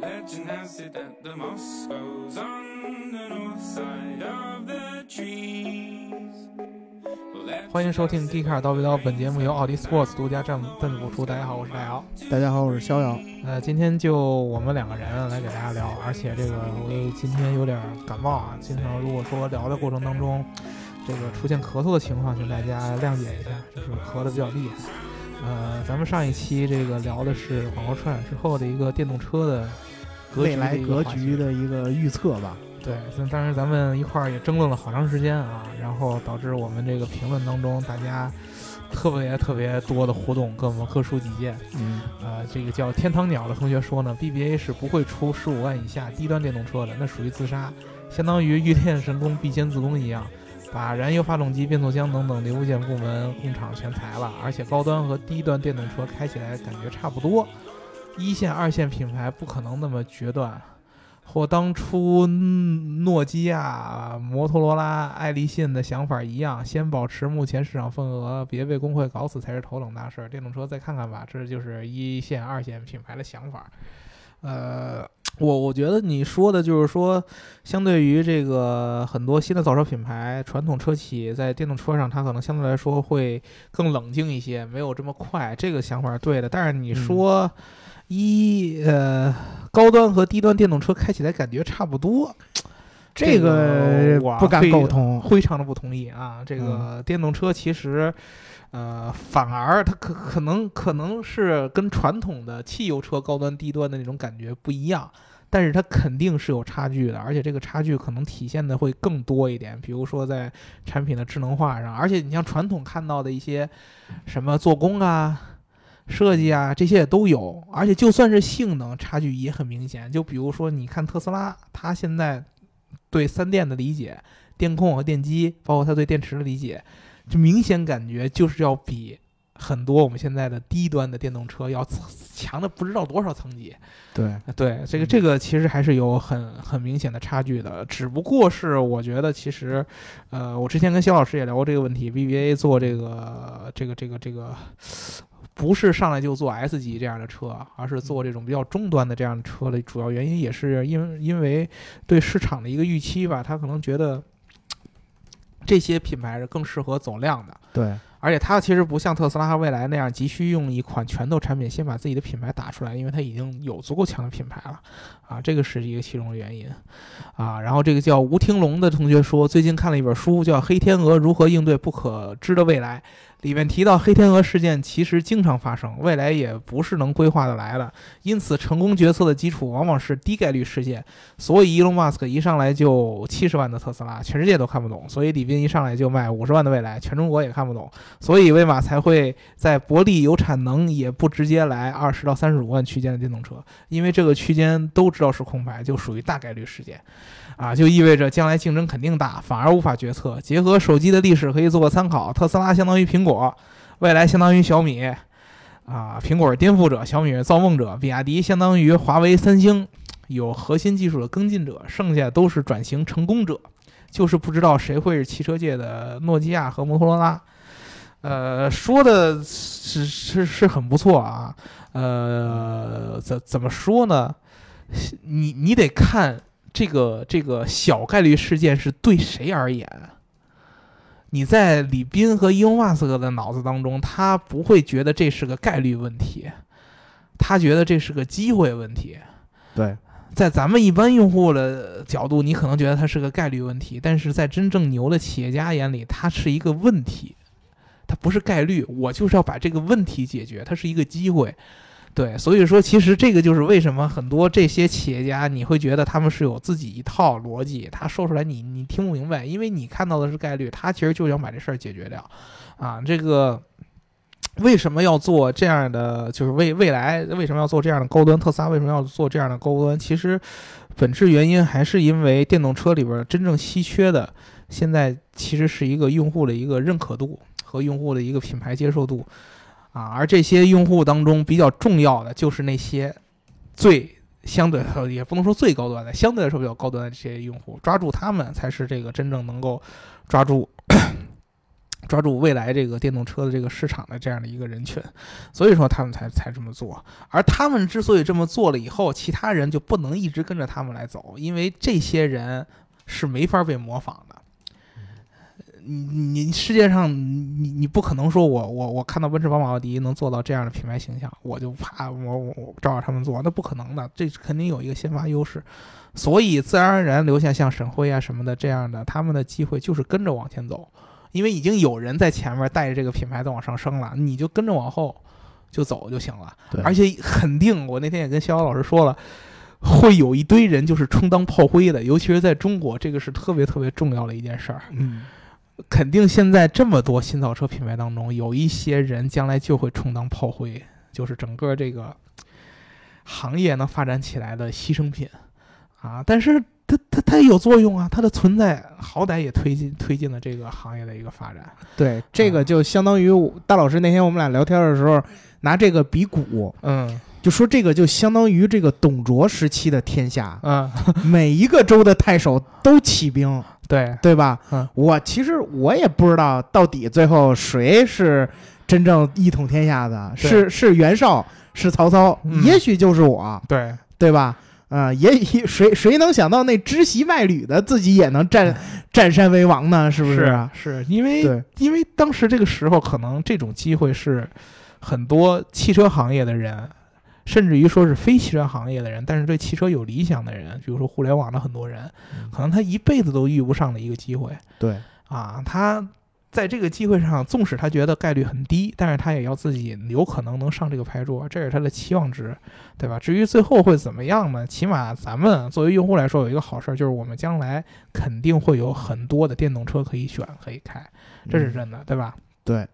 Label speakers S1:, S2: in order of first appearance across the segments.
S1: Legend has it that the moss grows on the north side of the trees.
S2: 欢迎收听 D 卡叨逼叨，本节目由奥迪 Sports 独家赞赞助播出。大家好，我是大姚。
S3: 大家好，我是逍遥。
S2: 呃，今天就我们两个人来给大家聊，而且这个呃我今天有点感冒啊，经常如果说聊的过程当中，这个出现咳嗽的情况，请大家谅解一下，就是咳的比较厉害。呃，咱们上一期这个聊的是广告串之后的一个电动车的格
S3: 未
S2: 局
S3: 来
S2: 的一个
S3: 格
S2: 话题
S3: 局的一个预测吧，
S2: 对，所以当时咱们一块儿也争论了好长时间啊，然后导致我们这个评论当中大家特别特别多的互动，跟我们各抒己见。
S3: 嗯，
S2: 呃，这个叫天堂鸟的同学说呢，BBA 是不会出十五万以下低端电动车的，那属于自杀，相当于欲练神功必先自宫一样，把燃油发动机、变速箱等等零部件部门工厂全裁了，而且高端和低端电动车开起来感觉差不多，一线、二线品牌不可能那么决断。或当初嗯诺基亚、摩托罗拉、爱立信的想法一样，先保持目前市场份额，别被工会搞死才是头等大事儿。电动车再看看吧，这就是一线、二线品牌的想法。呃，我我觉得你说的就是说，相对于这个很多新的造车品牌，传统车企在电动车上，它可能相对来说会更冷静一些，没有这么快。这个想法是对的，但是你说、一呃。高端和低端电动车开起来感觉差不多，
S3: 这
S2: 个
S3: 个
S2: 我
S3: 不敢
S2: 非
S3: 苟同。
S2: 非常的不同意啊。这个电动车其实，呃，反而它可可能可能是跟传统的汽油车高端低端的那种感觉不一样，但是它肯定是有差距的，而且这个差距可能体现的会更多一点，比如说在产品的智能化上，而且你像传统看到的一些什么做工啊。设计啊，这些也都有，而且就算是性能差距也很明显。就比如说，你看特斯拉，它现在对三电的理解，电控和电机，包括它对电池的理解，就明显感觉就是要比很多我们现在的低端的电动车要强的不知道多少层级。
S3: 对，
S2: 对，这个这个其实还是有很很明显的差距的，只不过是我觉得其实，呃，我之前跟肖老师也聊过这个问题，BBA 做这个这个这个这个，不是上来就做 S 级这样的车，而是做这种比较中端的这样的车的主要原因也是因为因为对市场的一个预期吧，他可能觉得这些品牌是更适合走量的，
S3: 对，
S2: 而且它其实不像特斯拉和蔚来那样急需用一款拳头产品先把自己的品牌打出来，因为它已经有足够强的品牌了，啊，这个是一个其中的原因，啊，然后这个叫吴听龙的同学说，最近看了一本书，叫《黑天鹅如何应对不可知的未来》，里面提到黑天鹅事件其实经常发生，未来也不是能规划的来的，因此成功决策的基础往往是低概率事件，所以伊隆马斯克一上来就七十万的特斯拉，全世界都看不懂，所以李斌一上来就卖五十万的未来，全中国也看不懂。所以威马才会在伯利有产能也不直接来二十到三十五万区间的电动车，因为这个区间都知道是空白，就属于大概率事件，啊，就意味着将来竞争肯定大，反而无法决策。结合手机的历史可以做个参考，特斯拉相当于苹果，未来相当于小米，啊，苹果是颠覆者，小米是造梦者，比亚迪相当于华为、三星，有核心技术的跟进者，剩下都是转型成功者。就是不知道谁会是汽车界的诺基亚和摩托罗拉，呃，说的是是是很不错啊，呃，怎怎么说呢？你你得看这个这个小概率事件是对谁而言。你在李斌和伊隆马斯克的脑子当中，他不会觉得这是个概率问题，他觉得这是个机会问题。
S3: 对，
S2: 在咱们一般用户的角度，你可能觉得它是个概率问题，但是在真正牛的企业家眼里，它是一个问题，它不是概率。我就是要把这个问题解决，它是一个机会。对，所以说其实这个就是为什么很多这些企业家，你会觉得他们是有自己一套逻辑，他说出来你你听不明白，因为你看到的是概率，他其实就想把这事儿解决掉，啊，这个。为什么要做这样的？就是未未来为什么要做这样的高端特斯拉？为什么要做这样的高端？其实，本质原因还是因为电动车里边真正稀缺的，现在其实是一个用户的一个认可度和用户的一个品牌接受度啊。而这些用户当中比较重要的，就是那些最相对呃也不能说最高端的，相对来说比较高端的这些用户，抓住他们才是这个真正能够抓住抓住未来这个电动车的这个市场的这样的一个人群，所以说他们才才这么做。而他们之所以这么做了以后，其他人就不能一直跟着他们来走，因为这些人是没法被模仿的。你你世界上你你不可能说我我我看到奔驰、宝马、奥迪能做到这样的品牌形象，我就啪我我我照着他们做，那不可能的，这肯定有一个先发优势，所以自然而然留下像沈辉啊什么的这样的，他们的机会就是跟着往前走，因为已经有人在前面带着这个品牌在往上升了，你就跟着往后就走就行了
S3: 对。
S2: 而且肯定，我那天也跟逍遥老师说了。会有一堆人就是充当炮灰的，尤其是在中国，这个是特别特别重要的一件事儿。
S3: 嗯，
S2: 肯定现在这么多新造车品牌当中，有一些人将来就会充当炮灰，就是整个这个行业能发展起来的牺牲品啊。但是它它它也有作用啊，它的存在好歹也推进推进了这个行业的一个发展。
S3: 对，这个就相当于我大老师那天我们俩聊天的时候拿这个比武，
S2: 嗯
S3: 就说这个就相当于这个董卓时期的 天下，
S2: 嗯，
S3: 每一个州的太守都起兵，
S2: 对，
S3: 对吧？
S2: 嗯
S3: 我其实我也不知道到底最后谁是真正一统天下的，
S2: 对
S3: 是是袁绍，是曹操，
S2: 嗯
S3: 也许就是我，
S2: 对，
S3: 对吧？啊、也许 谁谁能想到那知席卖履的自己也能占占山为王呢？是不是啊？
S2: 哎是因为
S3: 对
S2: 因为当时这个时候，可能这种机会是很多汽车行业的人，甚至于说是非汽车行业的人，但是对汽车有理想的人，比如说互联网的很多人，可能他一辈子都遇不上的一个机会
S3: 对
S2: 啊。他在这个机会上，纵使他觉得概率很低，但是他也要自己有可能能上这个牌桌，这是他的期望值，对吧？至于最后会怎么样呢？起码咱们作为用户来说，有一个好事儿，就是我们将来肯定会有很多的电动车可以选，可以开。这
S3: 嗯
S2: 是真的，对吧？
S3: 对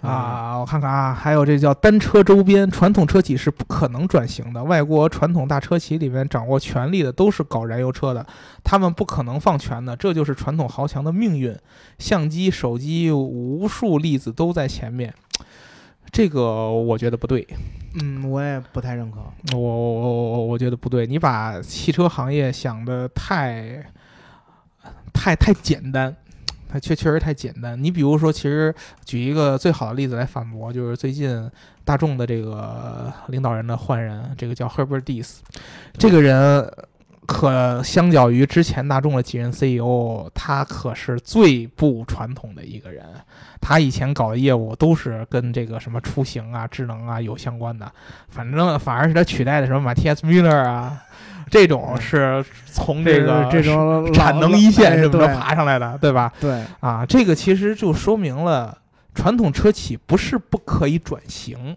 S2: 啊，我看看啊，还有这叫单车周边，传统车企是不可能转型的。外国传统大车企里面掌握权力的都是搞燃油车的，他们不可能放权的，这就是传统豪强的命运。相机、手机，无数例子都在前面。这个我觉得不对，
S3: 嗯，我也不太认可。
S2: 我我我我我觉得不对。你把汽车行业想的太太太简单，它确确实太简单。你比如说，其实举一个最好的例子来反驳，就是最近大众的这个领导人的换人，这个叫 Herbert Diess，这个人可相较于之前大众的几任 CEO，他可是最不传统的一个人。他以前搞的业务都是跟这个什么出行啊、智能啊有相关的，反正反而是他取代的什么马蒂斯·米勒啊。这种是从这个
S3: 这种老
S2: 产能一线
S3: 哎
S2: 什么的
S3: 对
S2: 爬上来的，对吧？
S3: 对
S2: 啊，这个其实就说明了传统车企不是不可以转型，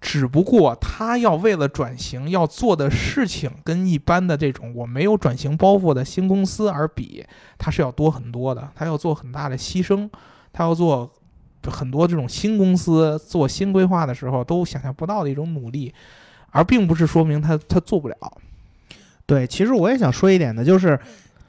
S2: 只不过它要为了转型要做的事情跟一般的这种我没有转型包袱的新公司而比，它是要多很多的，它要做很大的牺牲，它要做。很多这种新公司做新规划的时候都想象不到的一种努力，而并不是说明它它做不了。
S3: 对，其实我也想说一点的，就是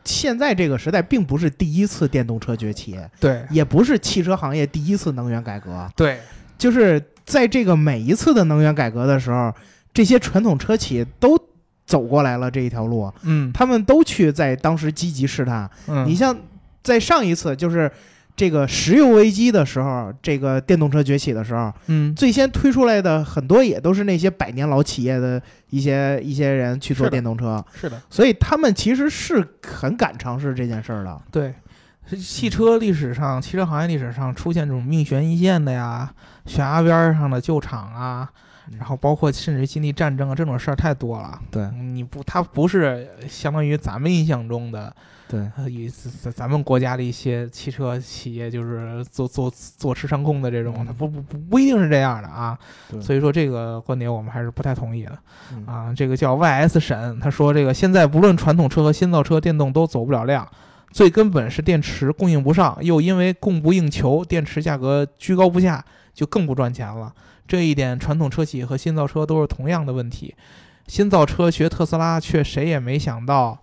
S3: 现在这个时代并不是第一次电动车崛起，
S2: 对
S3: 也不是汽车行业第一次能源改革，
S2: 对，
S3: 就是在这个每一次的能源改革的时候，这些传统车企都走过来了这一条路，
S2: 嗯，
S3: 他们都去在当时积极试探。
S2: 嗯
S3: 你像在上一次就是。这个石油危机的时候，这个电动车崛起的时候，
S2: 嗯
S3: 最先推出来的很多也都是那些百年老企业的一些一些人去
S2: 是
S3: 做
S2: 的
S3: 电动车，
S2: 是的，
S3: 所以他们其实是很敢尝试这件事儿的。
S2: 对，是汽车历史上、汽车行业历史上出现这种命悬一线的呀，悬崖边儿上的旧厂啊，
S3: 嗯
S2: 然后包括甚至于经历战争啊，这种事儿太多了。嗯
S3: 对
S2: 你不，它不是相当于咱们印象中的，
S3: 对
S2: 呃，以咱咱们国家的一些汽车企业就是坐坐坐吃山空的这种，它不不不不一定是这样的啊。
S3: 对
S2: 所以说这个观点我们还是不太同意的。
S3: 嗯
S2: 啊，这个叫 YS 沈，他说这个现在不论传统车和新造车，电动都走不了量，最根本是电池供应不上，又因为供不应求，电池价格居高不下，就更不赚钱了。这一点，传统车企和新造车都是同样的问题。新造车学特斯拉，却谁也没想到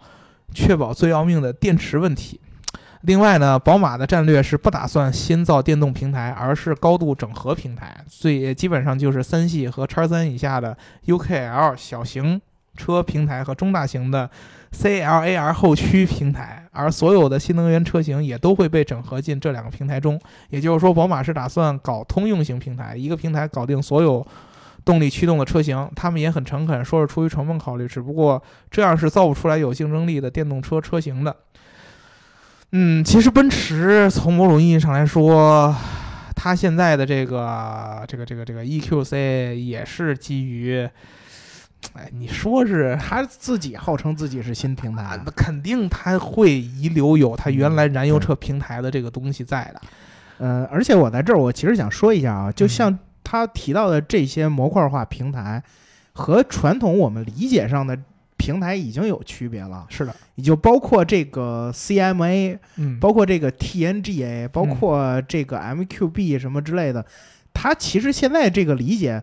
S2: 确保最要命的电池问题。另外呢，宝马的战略是不打算新造电动平台，而是高度整合平台，最基本上就是三系和叉三以下的 UKL 小型车平台和中大型的 CLAR 后驱平台，而所有的新能源车型也都会被整合进这两个平台中。也就是说，宝马是打算搞通用型平台，一个平台搞定所有动力驱动的车型。他们也很诚恳，说是出于成本考虑，只不过这样是造不出来有竞争力的电动车车型的。嗯，其实奔驰从某种意义上来说，它现在的这个这个这个这个 EQC 也是基于，哎，你说是
S3: 他自己号称自己是新平
S2: 啊
S3: 台，，
S2: 那肯定它会遗留有它原来燃
S3: 嗯
S2: 油车平台的这个东西在的。
S3: 呃，而且我在这儿，我其实想说一下啊，就像他提到的这些模块化平台，和传统我们理解上的平台已经有区别了，
S2: 是的，
S3: 也就包括这个 CMA，
S2: 嗯，
S3: 包括这个 TNGA，包括这个 MQB 什么之类的，它其实现在这个理解。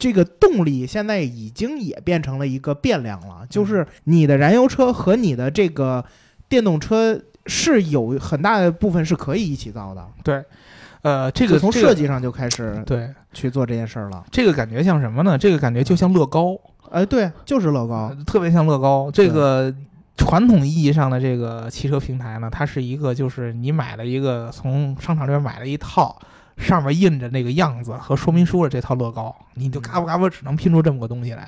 S3: 这个动力现在已经也变成了一个变量了，就是你的燃油车和你的这个电动车是有很大的部分是可以一起造的。
S2: 对，呃，这
S3: 这
S2: 个
S3: 从
S2: 这个
S3: 设计上就开始
S2: 对
S3: 去做这件事儿了。
S2: 这个感觉像什么呢？这个感觉就像乐高，
S3: 哎，对，就是乐高
S2: 呃，特别像乐高这
S3: 嗯对
S2: 个。传统意义上的这个汽车平台呢，它是一个就是你买了一个从商场里面买了一套，上面印着那个样子和说明书的这套乐高，你就嘎巴嘎巴只能拼出这么个东西来。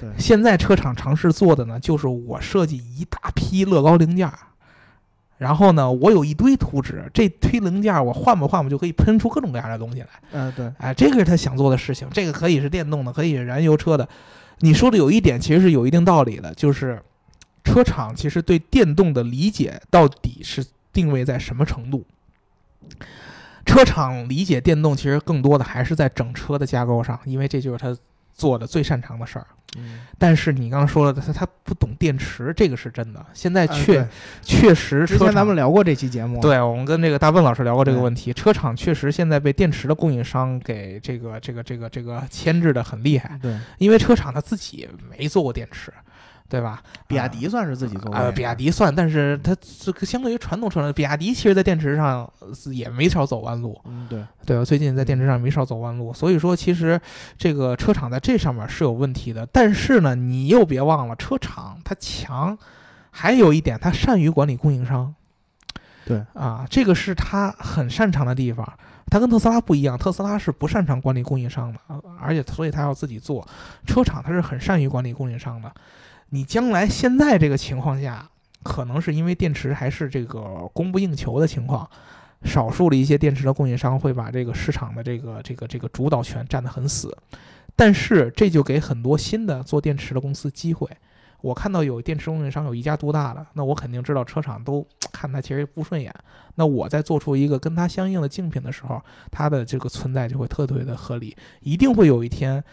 S3: 嗯对
S2: 现在车厂尝试做的呢，就是我设计一大批乐高零件儿，然后呢，我有一堆图纸，这堆零件儿我换吧换吧就可以喷出各种各样的东西来。
S3: 嗯、对，
S2: 哎，这个是他想做的事情，这个可以是电动的，可以是燃油车的。你说的有一点其实是有一定道理的，就是车厂其实对电动的理解到底是定位在什么程度？车厂理解电动其实更多的还是在整车的架构上，因为这就是他做的最擅长的事儿。
S3: 嗯，
S2: 但是你刚刚说了，他他不懂电池，这个是真的。现在
S3: 哎
S2: 确、确实车
S3: 对之
S2: 厂，
S3: 前咱们聊过这期节目，，
S2: 对，我们跟这个大笨老师聊过这个问题，车厂确实现在被电池的供应商给这个这个这个这个牵制的很厉害，
S3: 对，
S2: 因为车厂它自己没做过电池，对吧？
S3: 比亚迪算是自己做
S2: 啊、
S3: 的，
S2: 呃比亚迪算，但是它这个相对于传统车辆，比亚迪其实在电池上呃也没少走弯路，
S3: 嗯，对，
S2: 对吧？最近在电池上没少走弯路，所以说其实这个车厂在这上面是有问题的。但是呢，你又别忘了，车厂它强，还有一点它善于管理供应商。
S3: 对
S2: 啊，这个是它很擅长的地方。它跟特斯拉不一样，特斯拉是不擅长管理供应商的，呃而且所以它要自己做。车厂它是很善于管理供应商的。你将来现在这个情况下，可能是因为电池还是这个供不应求的情况，少数的一些电池的供应商会把这个市场的这个这个这个主导权占得很死，但是这就给很多新的做电池的公司机会。我看到有电池供应商有一家独大的，那我肯定知道车厂都看他其实不顺眼。那我在做出一个跟它相应的竞品的时候，它的这个存在就会特别的合理。一定会有一天，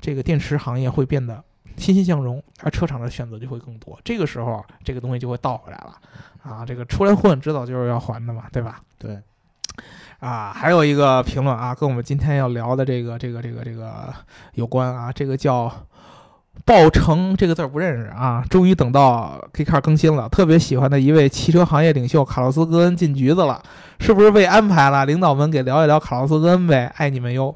S2: 这个电池行业会变得欣欣向荣，而车厂的选择就会更多。这个时候，啊这个东西就会倒回来了啊！这个出来混，迟早就是要还的嘛，对吧？
S3: 对，
S2: 啊，还有一个评论啊，跟我们今天要聊的这个这个这个这个有关啊，这个叫“爆成”这个字儿不认识啊，终于等到 K Car 更新了，特别喜欢的一位汽车行业领袖卡洛斯·戈恩进局子了，是不是被安排了？领导们给聊一聊卡洛斯·戈恩呗，爱你们哟。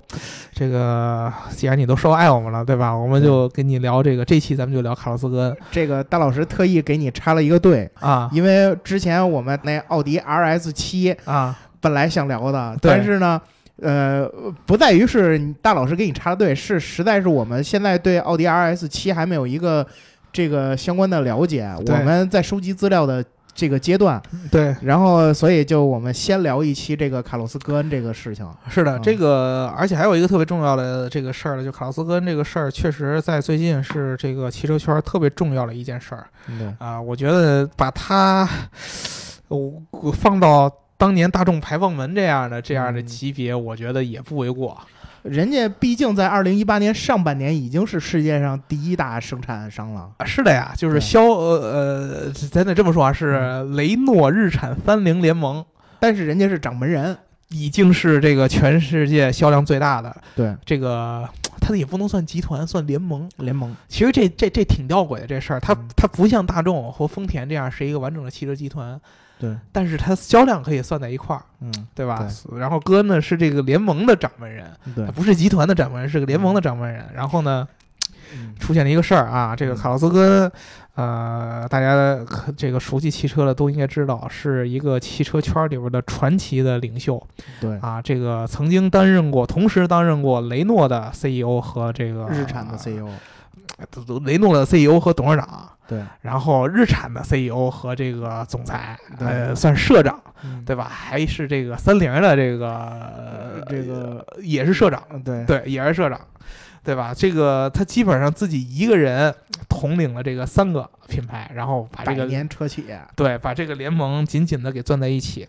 S2: 这个既然你都说爱我们了，对吧？我们就跟你聊这个，这期咱们就聊卡洛斯·戈恩
S3: 这个大老师特意给你插了一个队，
S2: 啊
S3: 因为之前我们那奥迪 RS 七
S2: 啊，
S3: 本来想聊的，
S2: 对
S3: 但是呢。呃，不在于是你大老师给你插的队，是实在是我们现在对奥迪 RS 七还没有一个这个相关的了解，
S2: 对
S3: 我们在收集资料的这个阶段，
S2: 对，
S3: 然后，所以就我们先聊一期这个卡洛斯·戈恩这个事情。
S2: 是的，
S3: 嗯
S2: 这个而且还有一个特别重要的这个事儿呢，就卡洛斯戈恩这个事儿，确实在最近是这个汽车圈儿特别重要的一件事儿
S3: 对，
S2: 啊、我觉得把它我我放到当年大众排放门这样的这样的
S3: 嗯
S2: 级别，我觉得也不为过。
S3: 人家毕竟在二零一八年上半年已经是世界上第一大生产商了。
S2: 啊，是的呀，就是
S3: 对嗯
S2: 肖呃呃，咱得这么说啊，是雷诺日产三菱联盟
S3: 但是人家是掌门人，
S2: 已经是这个全世界销量最大的
S3: 对
S2: 这个，它也不能算集团，算联盟。
S3: 联盟，
S2: 其实这这这挺吊诡的这事儿，它
S3: 嗯
S2: 它不像大众和丰田这样是一个完整的汽车集团，
S3: 对，
S2: 但是它销量可以算在一块儿，
S3: 嗯，
S2: 对吧？然后戈恩呢是这个联盟的掌门人，
S3: 对
S2: 他，不是集团的掌门人，是个联盟的掌门人。然后呢，
S3: 嗯
S2: 出现了一个事儿啊，这个
S3: 嗯
S2: 卡洛斯跟呃，大家可这个熟悉汽车的都应该知道，是一个汽车圈里边的传奇的领袖
S3: 对，
S2: 啊。这个曾经担任过，同时担任过雷诺的 CEO 和这个
S3: 日产的 E CEO，
S2: 呃雷诺的 CEO 和董事长，
S3: 对
S2: 然后日产的 CEO 和这个总裁，
S3: 对
S2: 呃，算社长
S3: 嗯
S2: 对吧？还是这个三菱的这个
S3: 这个
S2: 呃也是社长，
S3: 嗯对
S2: 对，也是社长，对吧？这个他基本上自己一个人统领了这个三个品牌，然后把这
S3: 百
S2: 个
S3: 年车企，啊
S2: 对把这个联盟紧紧的给攥在一起。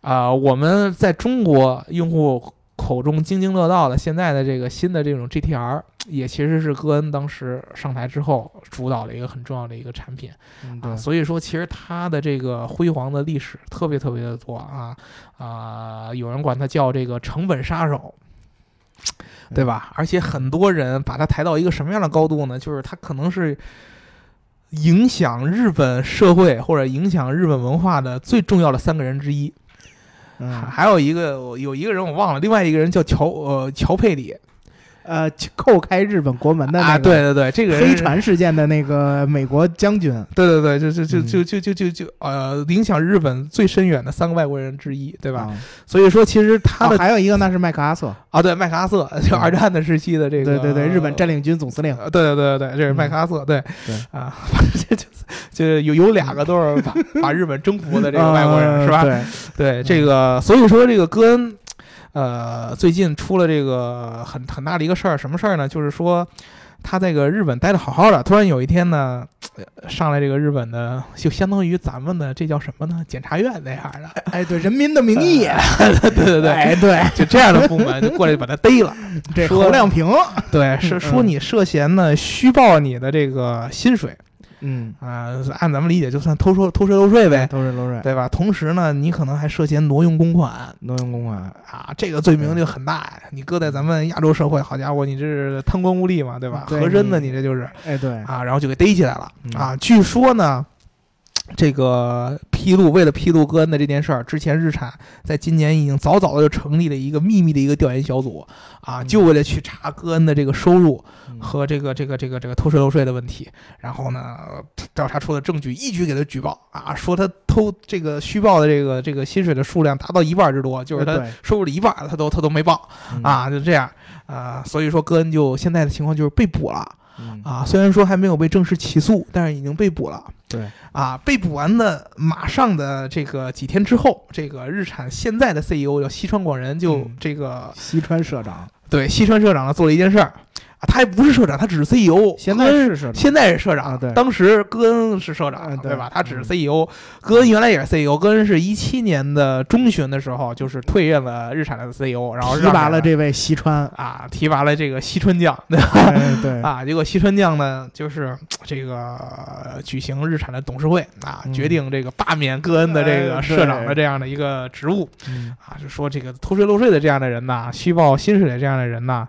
S2: 啊、我们在中国用户口中津津乐道的现在的这个新的这种 GTR，也其实是戈恩当时上台之后主导的一个很重要的一个产品。
S3: 嗯对
S2: 啊，，所以说其实它的这个辉煌的历史特别特别的多啊啊、有人管它叫这个成本杀手。
S3: 嗯
S2: 对吧？而且很多人把它抬到一个什么样的高度呢？就是它可能是影响日本社会或者影响日本文化的最重要的三个人之一。还
S3: 嗯
S2: 还有一个我有一个人我忘了，另外一个人叫乔呃乔佩里
S3: 呃，叩开日本国门的那
S2: 啊，
S3: 个
S2: 对对对，这个人是
S3: 黑船事件的那个美国将军，
S2: 对对对，就就就
S3: 嗯
S2: 就就就就就呃，影响日本最深远的三个外国人之一，对
S3: 对
S2: 吧？？所以说，其实他
S3: 啊哦，
S2: 的
S3: 还有一个那是麦克阿瑟，
S2: 啊，对麦克阿瑟，就
S3: 嗯
S2: 二战的时期的这个，
S3: 对对对，日本占领军总司令，
S2: 呃，对对对对对，这是麦克阿瑟，对
S3: 对
S2: 啊，反正这就就有有两个都是把把日本征服的这个外国人
S3: 呃
S2: 是吧？
S3: 对，
S2: 对这个，所以说这个戈恩，呃，最近出了这个很很大的一个事儿，什么事儿呢？就是说他在这个日本待的好好的，突然有一天呢，呃上来这个日本的，就相当于咱们的这叫什么呢？检察院那样的，
S3: 哎，对，《人民的名义》
S2: 对对对，
S3: 哎，对，
S2: 就这样的部门就过来把他逮了。
S3: 这
S2: 说
S3: 侯亮平，
S2: 对，
S3: 嗯
S2: 是说你涉嫌呢虚报你的这个薪水
S3: 嗯，
S2: 啊、按咱们理解就算偷税偷税漏税呗，
S3: 都是都是
S2: 对吧？同时呢，你可能还涉嫌挪用公款
S3: 挪用公款，
S2: 啊，这个罪名就很大呀。你搁在咱们亚洲社会，好家伙，你这是贪官污吏嘛，对吧？
S3: 对
S2: 和珅的
S3: 你
S2: 你这就是
S3: 哎，对，
S2: 啊，然后就给逮起来了
S3: 嗯
S2: 啊。据说呢。这个披露，为了披露戈恩的这件事儿，之前日产在今年已经早早的就成立了一个秘密的一个调研小组啊，
S3: 嗯
S2: 就为了去查戈恩的这个收入，
S3: 嗯
S2: 和这个这个这个这个偷税漏税的问题，然后呢，调查出的证据一举给他举报啊，说他偷这个虚报的这个这个薪水的数量达到一半之多，就是
S3: 哎
S2: 他
S3: 对
S2: 收入的一半，他都他都没报
S3: 嗯
S2: 啊，就这样啊，所以说戈恩就现在的情况就是被捕了
S3: 嗯
S2: 啊，虽然说还没有被正式起诉，但是已经被捕了。
S3: 对，
S2: 啊，被捕完的马上的这个几天之后，这个日产现在的 CEO 叫西川广人就
S3: 嗯
S2: 这个
S3: 西川社长，
S2: 对西川社长呢做了一件事儿啊，他还不是社长，他只是 E CEO，
S3: 现在是社长，
S2: 现在是社长，
S3: 啊对
S2: 当时戈恩是社长，
S3: 啊对
S2: 对吧？他只是
S3: 嗯
S2: CEO，、戈恩原来也是 CEO，戈恩是一七年的中旬的时候，就是退任了日产的 CEO，然后
S3: 提
S2: 让
S3: 拔
S2: 给，
S3: 了这位西川
S2: 啊，提拔了这个西川将，对吧？
S3: 哎，对，
S2: 啊，结果西川将呢，就是这个呃举行日产的董事会啊，
S3: 嗯
S2: 决定这个罢免戈恩的这个
S3: 哎
S2: 社长
S3: 对
S2: 的这样的一个职务。
S3: 嗯
S2: 啊，就说这个偷税漏税的这样的人呐，虚报薪水的这样的人呐，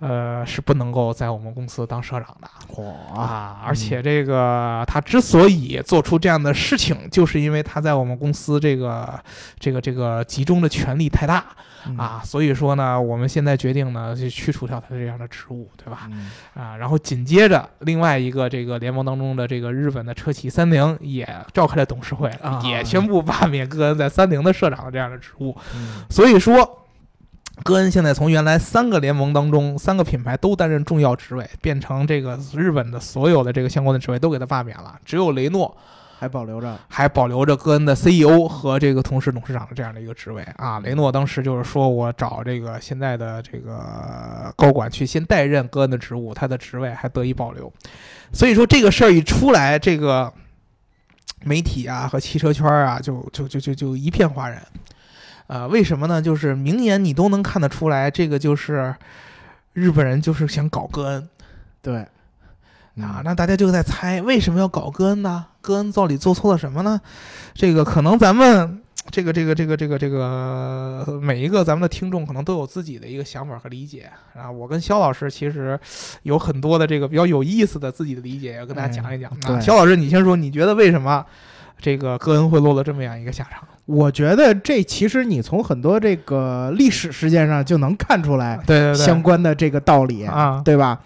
S2: 呃，是不能够在我们公司当社长的
S3: 火，
S2: 啊。而且这个他之所以做出这样的事情，就是因为他在我们公司这个这个这个集中的权力太大
S3: 嗯，
S2: 啊，所以说呢，我们现在决定呢，就去除掉他这样的职务，对吧？
S3: 嗯
S2: 啊，然后紧接着另外一个这个联盟当中的这个日本的车企三菱也召开了董事会，
S3: 啊
S2: 也宣布罢免戈恩在三菱的社长的这样的职务。
S3: 嗯
S2: 所以说，戈恩现在从原来三个联盟当中，三个品牌都担任重要职位，变成这个日本的所有的这个相关的职位都给他罢免了，只有雷诺
S3: 还保留着，
S2: 还保留着戈恩的 CEO 和这个同事董事长的这样的一个职位啊。雷诺当时就是说我找这个现在的这个高管去先代任戈恩的职务，他的职位还得以保留。所以说这个事儿一出来，这个媒体啊和汽车圈儿啊就就就就就一片哗然。呃，为什么呢？就是明眼你都能看得出来，这个就是日本人就是想搞戈恩。
S3: 对，
S2: 啊，
S3: 嗯
S2: 那大家就在猜为什么要搞戈恩呢？戈恩到底做错了什么呢？这个可能咱们这个这个这个这个这个呃每一个咱们的听众可能都有自己的一个想法和理解啊。我跟肖老师其实有很多的这个比较有意思的自己的理解，要跟大家讲一讲。那
S3: 嗯对
S2: 肖老师，你先说，你觉得为什么这个戈恩会落得这么样一个下场？
S3: 我觉得这其实你从很多这个历史事件上就能看出来
S2: 对对对，
S3: 相关的这个道理，
S2: 啊，
S3: 对吧？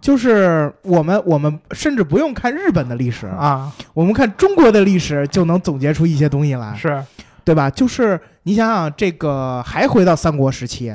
S3: 就是我们我们甚至不用看日本的历史，
S2: 啊，
S3: 我们看中国的历史就能总结出一些东西来，
S2: 是
S3: 对吧？就是你想想，这个还回到三国时期，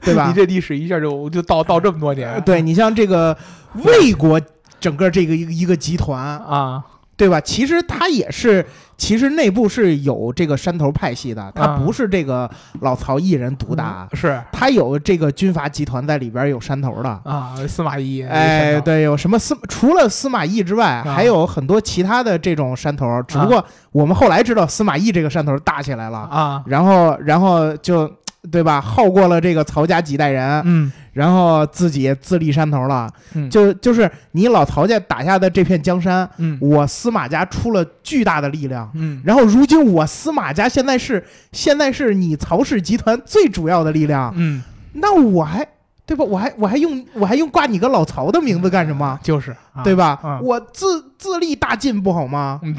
S3: 对 吧
S2: 你？这历史一下就就到到这么多年，
S3: 对你像这个魏国整个这个一个一个集团，
S2: 啊，
S3: 对吧？其实它也是，其实内部是有这个山头派系的，它
S2: 啊
S3: 不是这个老曹一人独大，
S2: 嗯是
S3: 它有这个军阀集团在里边有山头的。
S2: 啊，司马懿，
S3: 哎，
S2: 山头，
S3: 对，有什么司？除了司马懿之外，
S2: 啊
S3: 还有很多其他的这种山头，只不过我们后来知道司马懿这个山头大起来了，
S2: 啊，
S3: 然后，然后就。对吧？耗过了这个曹家几代人，
S2: 嗯
S3: 然后自己自立山头了。
S2: 嗯，
S3: 就就是你老曹家打下的这片江山，
S2: 嗯
S3: 我司马家出了巨大的力量。
S2: 嗯
S3: 然后如今我司马家现在是现在是你曹氏集团最主要的力量，
S2: 嗯，
S3: 那我还对吧？我还我还用我还用挂你个老曹的名字干什么？
S2: 就是啊
S3: 对吧？
S2: 啊
S3: 我自自立大晋不好吗？
S2: 嗯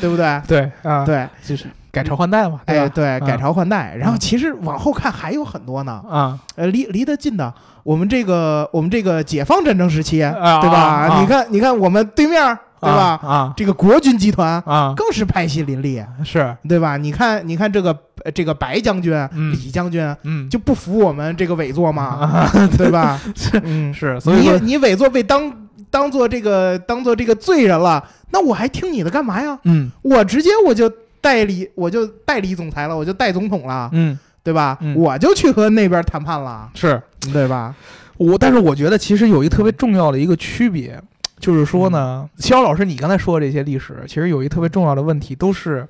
S3: 对不对？
S2: 对啊，，
S3: 对，
S2: 就是改朝换代嘛，
S3: 哎，
S2: 吧？
S3: 对，改朝换代。然后
S2: 嗯
S3: 其实往后看还有很多呢，
S2: 啊
S3: 呃，离离得近的，我们这个我们这个解放战争时期，
S2: 啊
S3: 对吧？
S2: 啊啊
S3: 你看，你看我们对面儿，对吧？
S2: 啊
S3: 这个国军集团
S2: 啊，
S3: 更是派系林立，
S2: 是，
S3: 对吧？你看，你看这个呃这个白将军、
S2: 嗯
S3: 李将军
S2: 嗯，
S3: 就不服我们这个委座嘛，
S2: 啊，
S3: 对吧？
S2: 是
S3: 嗯，
S2: 是，所以
S3: 你
S2: 说
S3: 你委座被当当做这个当做这个罪人了，那我还听你的干嘛呀？
S2: 嗯
S3: 我直接我就代理我就代理总裁了，我就代总统了，
S2: 嗯
S3: 对吧？
S2: 嗯
S3: 我就去和那边谈判了，
S2: 是
S3: 对吧？
S2: 我，但是我觉得其实有一个特别重要的一个区别，就是说呢，肖老师你刚才说的这些历史，其实有一个特别重要的问题，都是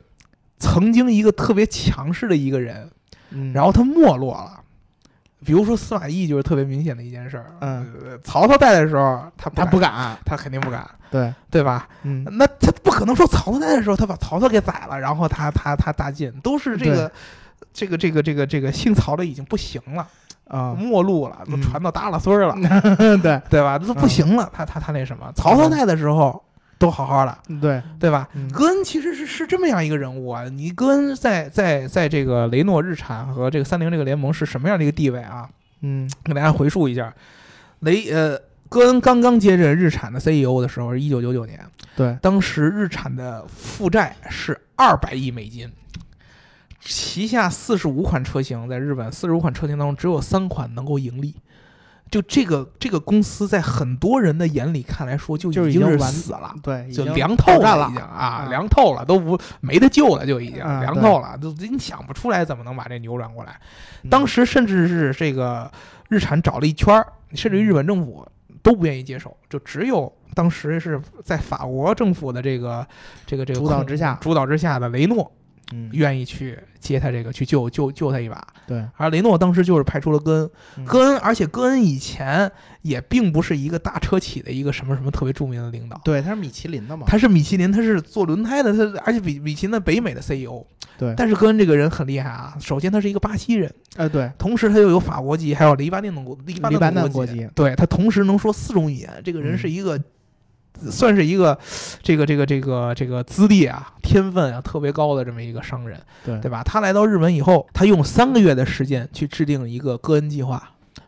S2: 曾经一个特别强势的一个人，
S3: 嗯，
S2: 然后他没落了。比如说司马懿就是特别明显的一件事儿，
S3: 嗯
S2: 呃，曹操在的时候他
S3: 他
S2: 不
S3: 不
S2: 敢，
S3: 敢，
S2: 他肯定不敢，
S3: 对，
S2: 对吧？
S3: 嗯，
S2: 那他不可能说曹操在的时候，他把曹操给宰了，然后他他他大进，都是这个这个这个这个这个姓曹的已经不行了，
S3: 啊，
S2: 末路了，都
S3: 嗯
S2: 传到达拉孙儿了，
S3: 对
S2: 对吧？都不行了，他他他那什么？曹操在的时候都好好的，
S3: 对，
S2: 对吧？
S3: 嗯
S2: 戈恩其实是是这么样一个人物啊，你戈恩在在在这个雷诺日产和这个三菱这个联盟是什么样的一个地位啊？
S3: 嗯
S2: 给大家回述一下，雷呃。戈恩刚刚接任日产的 CEO 的时候，是一九九九年，
S3: 对，
S2: 当时日产的负债是二百亿美金，旗下四十五款车型在日本四十五款车型当中只有三款能够盈利。就这个这个公司在很多人的眼里看来说，就
S3: 就
S2: 已
S3: 已
S2: 经
S3: 经
S2: 是
S3: 完
S2: 死了。
S3: 对，已
S2: 啊就
S3: 经
S2: 凉透
S3: 到站
S2: 了，已经
S3: 了
S2: 啊
S3: 啊，
S2: 凉透了，都不没得救了，就已经
S3: 啊
S2: 凉
S3: 对
S2: 透了，都你想不出来怎么能把这扭转过来。
S3: 嗯
S2: 当时甚至是这个日产找了一圈儿，甚至于日本政府都不愿意接受，就只有当时是在法国政府的这个这个这个
S3: 主导
S2: 控
S3: 之下
S2: 主导之下的雷诺
S3: 嗯，
S2: 愿意去接他这个去救救救他一把，
S3: 对，
S2: 而雷诺当时就是派出了戈恩，
S3: 嗯
S2: 戈恩，而且戈恩以前也并不是一个大车企的一个什么什么特别著名的领导。
S3: 对，他是米其林的嘛，
S2: 他是米其林，他是做轮胎的，他而且米米其林的北美的 CEO。
S3: 对
S2: 但是戈恩这个人很厉害啊。首先他是一个巴西人，
S3: 呃，对，
S2: 同时他又有法国籍，还有黎巴嫩的国黎巴
S3: 黎巴
S2: 嫩
S3: 嫩国
S2: 籍。
S3: 籍，
S2: 对他同时能说四种语言，这个人
S3: 嗯
S2: 是一个，算是一个，这个这个这个这个资历啊、天分啊特别高的这么一个商人，
S3: 对
S2: 对吧？他来到日本以后，他用三个月的时间去制定一个戈恩计划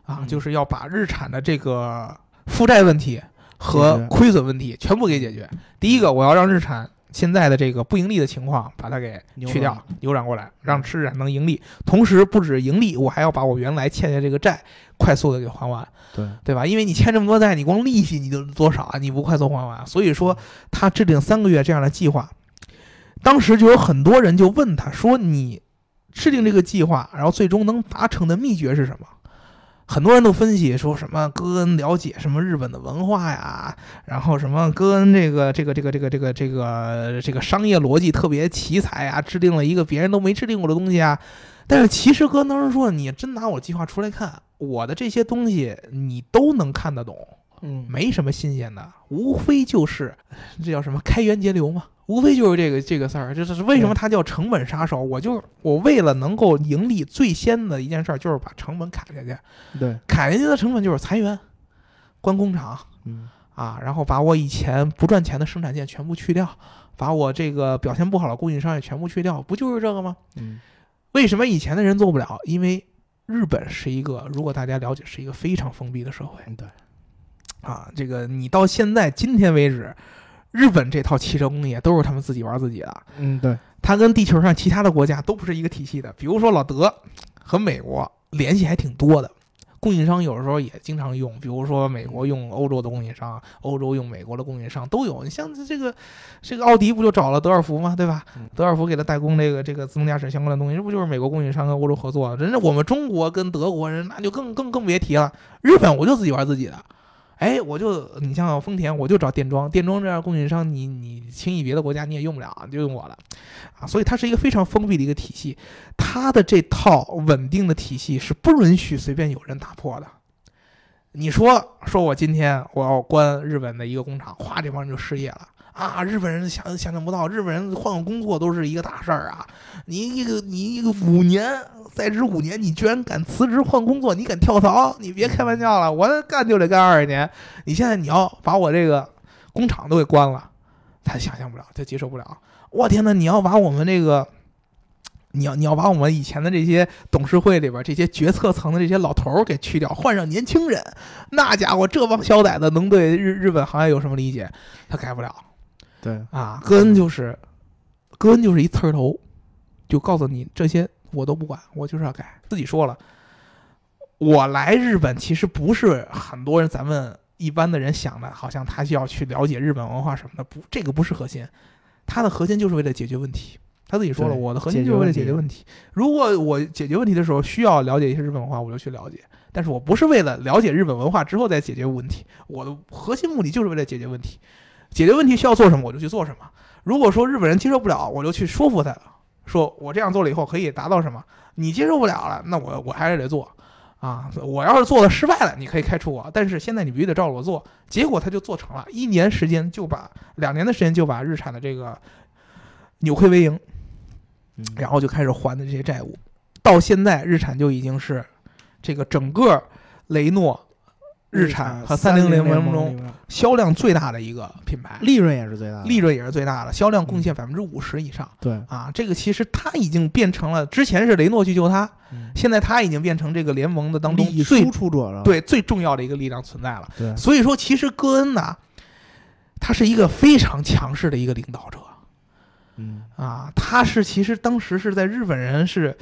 S2: 啊，
S3: 嗯
S2: 就是要把日产的这个负债问题和
S3: 解决嗯
S2: 亏损问题全部给解决。第一个，我要让日产。现在的这个不盈利的情况，把它给
S3: 扭
S2: 去
S3: 转
S2: 掉，扭转过来，让日产能盈利。同时，不止盈利，我还要把我原来欠下这个债快速的给还完。
S3: 对，
S2: 对吧？因为你欠这么多债，你光利息你就多少啊？你不快速还完，所以说他制定三个月这样的计划，当时就有很多人就问他说：“你制定这个计划，然后最终能达成的秘诀是什么？”很多人都分析说什么戈恩了解什么日本的文化呀，然后什么戈恩这个这个这个这个这个这个这个商业逻辑特别奇才啊，制定了一个别人都没制定过的东西啊。但是其实哥当时说，你真拿我计划出来看，我的这些东西你都能看得懂，
S3: 嗯，
S2: 没什么新鲜的，无非就是这叫什么开源节流嘛，无非就是这个这个事儿，就是为什么它叫成本杀手？我就我为了能够盈利，最先的一件事儿就是把成本砍下去，
S3: 对，
S2: 砍下去的成本就是裁员、关工厂，
S3: 嗯，
S2: 啊，然后把我以前不赚钱的生产线全部去掉，把我这个表现不好的供应商也全部去掉，不就是这个吗？
S3: 嗯，
S2: 为什么以前的人做不了？因为日本是一个，如果大家了解，是一个非常封闭的社会。
S3: 对，
S2: 啊，这个你到现在今天为止，日本这套汽车工业都是他们自己玩自己的，
S3: 嗯，对，
S2: 它跟地球上其他的国家都不是一个体系的。比如说老德和美国联系还挺多的，供应商有的时候也经常用，比如说美国用欧洲的供应商，欧洲用美国的供应商都有。你像这个这个奥迪不就找了德尔福吗？对吧
S3: 嗯？
S2: 德尔福给他代工这个这个自动驾驶相关的东西，这不就是美国供应商跟欧洲合作？人家我们中国跟德国人那就更更更别提了，日本我就自己玩自己的。哎，我就你像丰田，我就找电装，电装这样供应商你，你轻易别的国家你也用不了，你就用我的，啊，所以它是一个非常封闭的一个体系，它的这套稳定的体系是不允许随便有人打破的。你说说我今天我要关日本的一个工厂，哗，这帮人就失业了。啊，日本人想想象不到，日本人换个工作都是一个大事儿啊！你一个你一个五年在职五年，你居然敢辞职换工作，你敢跳槽，你别开玩笑了，我干就得干二十年，你现在你要把我这个工厂都给关了，他想象不了，他接受不了。我天呐，你要把我们这个，你要你要把我们以前的这些董事会里边这些决策层的这些老头儿给去掉，换上年轻人，那家伙这帮小崽子能对日日本行业有什么理解？他改不了
S3: 对，
S2: 啊，戈恩就是，戈恩就是一刺儿头，就告诉你这些我都不管，我就是要改。自己说了，我来日本其实不是很多人咱们一般的人想的，好像他需要去了解日本文化什么的，不，这个不是核心，他的核心就是为了解决问题。他自己说了，
S3: 对
S2: 我的核心就是为了解
S3: 解
S2: 决
S3: 决
S2: 问题。如果我解决问题的时候需要了解一些日本文化，我就去了解。但是我不是为了了解日本文化之后再解决问题，我的核心目的就是为了解决问题。解决问题需要做什么，我就去做什么。如果说日本人接受不了，我就去说服他，说我这样做了以后可以达到什么。你接受不了了，那我我还是得做啊。我要是做了失败了，你可以开除我，但是现在你必须得照着我做。结果他就做成了，一年时间就把两年的时间就把日产的这个扭亏为盈，
S3: 嗯
S2: 然后就开始还的这些债务。到现在，日产就已经是这个整个雷诺、日产和三菱
S3: 联
S2: 联盟中
S3: 中，
S2: 销量最大的一个品牌，
S3: 利嗯润也是最大的，
S2: 利润也是最大的，销量贡献百分之五十以上
S3: 对，
S2: 啊！这个其实它已经变成了，之前是雷诺去救它，现在它已经变成这个联盟的当中
S3: 嗯利益
S2: 最
S3: 输出者了，
S2: 对最重要的一个力量存在了。
S3: 对，
S2: 所以说，其实戈恩呐，他是一个非常强势的一个领导者
S3: 嗯，
S2: 啊，他是其实当时是在日本人是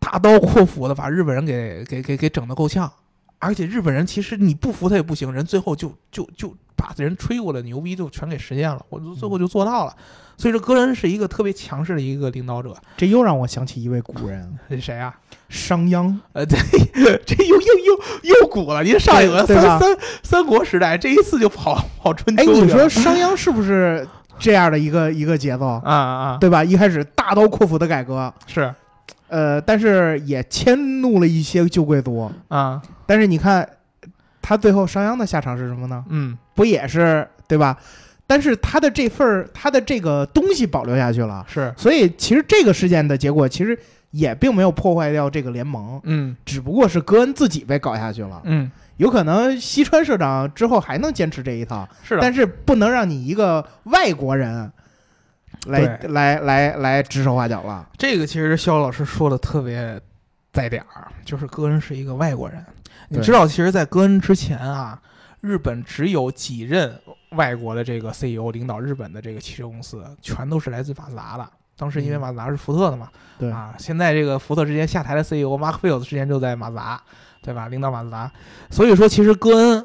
S2: 大刀阔斧的把日本人给给给给整得够呛，而且日本人其实你不服他也不行，人最后就就就把人吹过的牛逼就全给实现了，我就
S3: 嗯
S2: 最后就做到了。所以说，戈恩是一个特别强势的一个领导者，
S3: 这又让我想起一位古 人
S2: 是谁啊？
S3: 商鞅，
S2: 呃， 对，这又又又又鼓了。您上一个
S3: 对
S2: 三
S3: 对吧
S2: 三三国时代，这一次就跑跑春秋
S3: 哎，
S2: 去了。
S3: 你说商鞅是不是这样的一个一个节奏，
S2: 啊啊，
S3: 对吧？一开始大刀阔斧的改革，
S2: 是
S3: 呃，但是也迁怒了一些旧贵族，
S2: 啊，
S3: 但是你看他最后商鞅的下场是什么呢？
S2: 嗯，
S3: 不也是对吧？但是他的这份儿，他的这个东西保留下去了，
S2: 是，
S3: 所以其实这个事件的结果其实也并没有破坏掉这个联盟，
S2: 嗯
S3: 只不过是戈恩自己被搞下去了。
S2: 嗯，
S3: 有可能西川社长之后还能坚持这一套，
S2: 是的，
S3: 但是不能让你一个外国人来
S2: 对
S3: 来来来指手画脚了。
S2: 这个其实肖老师说的特别在点儿，就是戈恩是一个外国人。你
S3: 对
S2: 知道，其实，在戈恩之前啊，日本只有几任外国的这个 CEO 领导日本的这个汽车公司，全都是来自马自达的。当时因为
S3: 嗯
S2: 马自达是福特的嘛，
S3: 对
S2: 啊，现在这个福特之前下台的 E CEO 马克菲尔斯之前就在马自达，对吧？领导马自达，所以说其实戈恩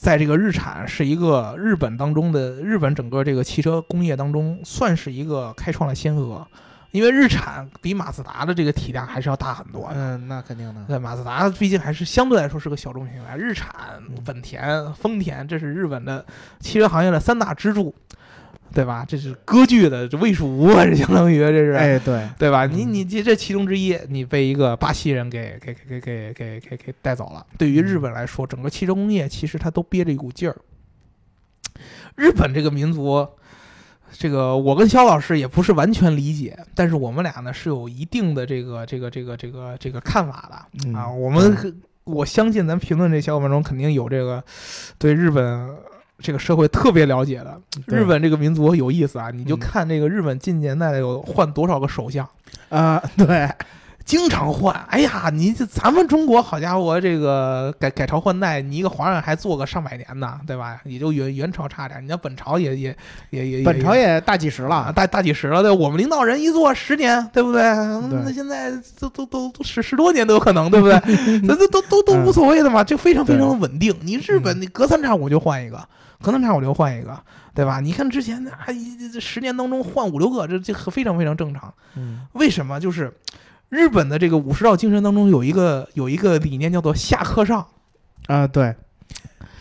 S2: 在这个日产是一个日本当中的日本整个这个汽车工业当中算是一个开创了先河，因为日产比马自达的这个体量还是要大很多的。
S3: 嗯，那肯定的。
S2: 对，马自达毕竟还是相对来说是个小众品牌，日产、
S3: 嗯
S2: 本田、丰田，这是日本的汽车行业的三大支柱，对吧？这是割据的这魏蜀吴啊，这相当于这是，
S3: 哎，对，
S2: 对吧？你
S3: 嗯
S2: 你这这其中之一，你被一个巴西人给给给给给给给带走了。对于日本来说，整个汽车工业其实它都憋着一股劲儿。日本这个民族，这个我跟肖老师也不是完全理解，但是我们俩呢是有一定的这个这个这个这个这个看法的。
S3: 嗯
S2: 啊，我们可我相信咱评论这小伙伴中肯定有这个对日本这个社会特别了解的。
S3: 对
S2: 日本这个民族有意思啊，你就
S3: 嗯
S2: 看这个日本近年来有换多少个首相，
S3: 啊，对，
S2: 经常换。哎呀，你这咱们中国好家伙，这个改改朝换代，你一个皇上还做个上百年呢，对吧？也就元元朝差点，你那本朝也也也也
S3: 本朝也大几十
S2: 啊，
S3: 了，
S2: 大大几十了，对，我们领导人一做十年，对不对？嗯那
S3: 对
S2: 现在都都都都十十多年都有可能，对不对？这这都都都无所谓的嘛，这非常非常的稳定。你日本，你隔三差五就换一个，隔三差五就换一个，对吧？你看之前那啊，一这这十年当中换五六个，这这非常非常正常。
S3: 嗯
S2: 为什么？就是日本的这个武士道精神当中有一个有一个理念叫做下课上，嗯
S3: 啊，对。